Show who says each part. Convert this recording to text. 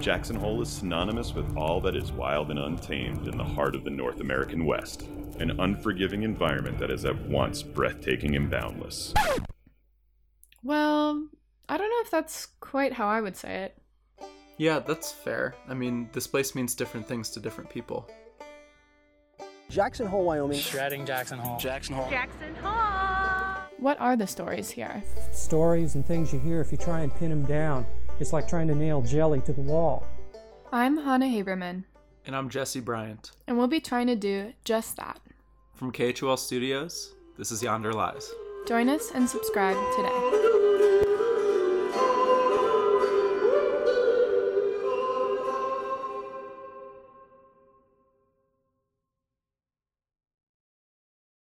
Speaker 1: Jackson Hole is synonymous with all that is wild and untamed in the heart of the North American West, an unforgiving environment that is at once breathtaking and boundless.
Speaker 2: Well, I don't know if that's quite how I would say it.
Speaker 3: Yeah, that's fair. I mean, this place means different things to different people.
Speaker 4: Jackson Hole, Wyoming.
Speaker 5: Shredding Jackson Hole.
Speaker 6: Jackson Hole.
Speaker 7: Jackson Hole.
Speaker 2: What are the stories here?
Speaker 8: Stories and things you hear if you try and pin them down. It's like trying to nail jelly to the wall.
Speaker 2: I'm Hannah Haberman,
Speaker 3: And I'm Jesse Bryant.
Speaker 2: and we'll be trying to do just that.
Speaker 3: From KHOL Studios, this is Yonder Lies.
Speaker 2: Join us and subscribe today.